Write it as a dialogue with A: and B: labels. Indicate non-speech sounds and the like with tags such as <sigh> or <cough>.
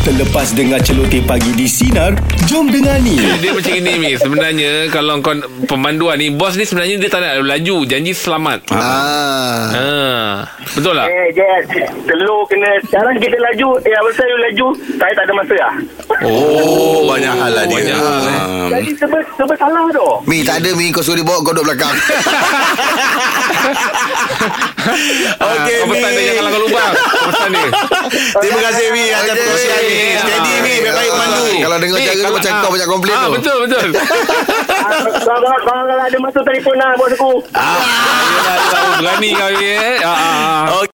A: Terlepas dengar celoteh pagi di Sinar, jom dengar ni.
B: Dia macam ini Mi Sebenarnya Kalau kau pemanduan ni Bos ni sebenarnya Dia tak nak laju Janji selamat ha.
C: Ah.
B: ha. Betul tak?
D: Eh, Jess, telur kena... Sekarang kita laju, eh, apa saya laju, saya tak ada masa lah.
C: Oh, banyak hal lah dia.
B: banyak hal, eh.
C: Ah.
D: Jadi serba, serba salah tu.
C: <laughs> Mi, tak ada Mi. Kau suruh dia bawa, kau duduk belakang. Okey,
B: Kau pesan dia jangan langgar lubang Kau Pesan dia
E: Terima kasih Mi atas
C: Okey,
E: perkongsian ni.
B: Mi.
E: Steady Mi,
C: Ah,
E: memang baik mandu.
C: Kalau dengar
B: Mi,
C: cara dia
B: kalau-
C: macam
B: ah,
C: kau banyak komplain
B: ah,
C: tu.
B: Betul
C: <laughs>
B: betul
D: Ah, Kalau kalau ada masa telefon lah ah, buat aku.
B: Yelah, yelah, Berani kau ni eh. Ah, ah, ah.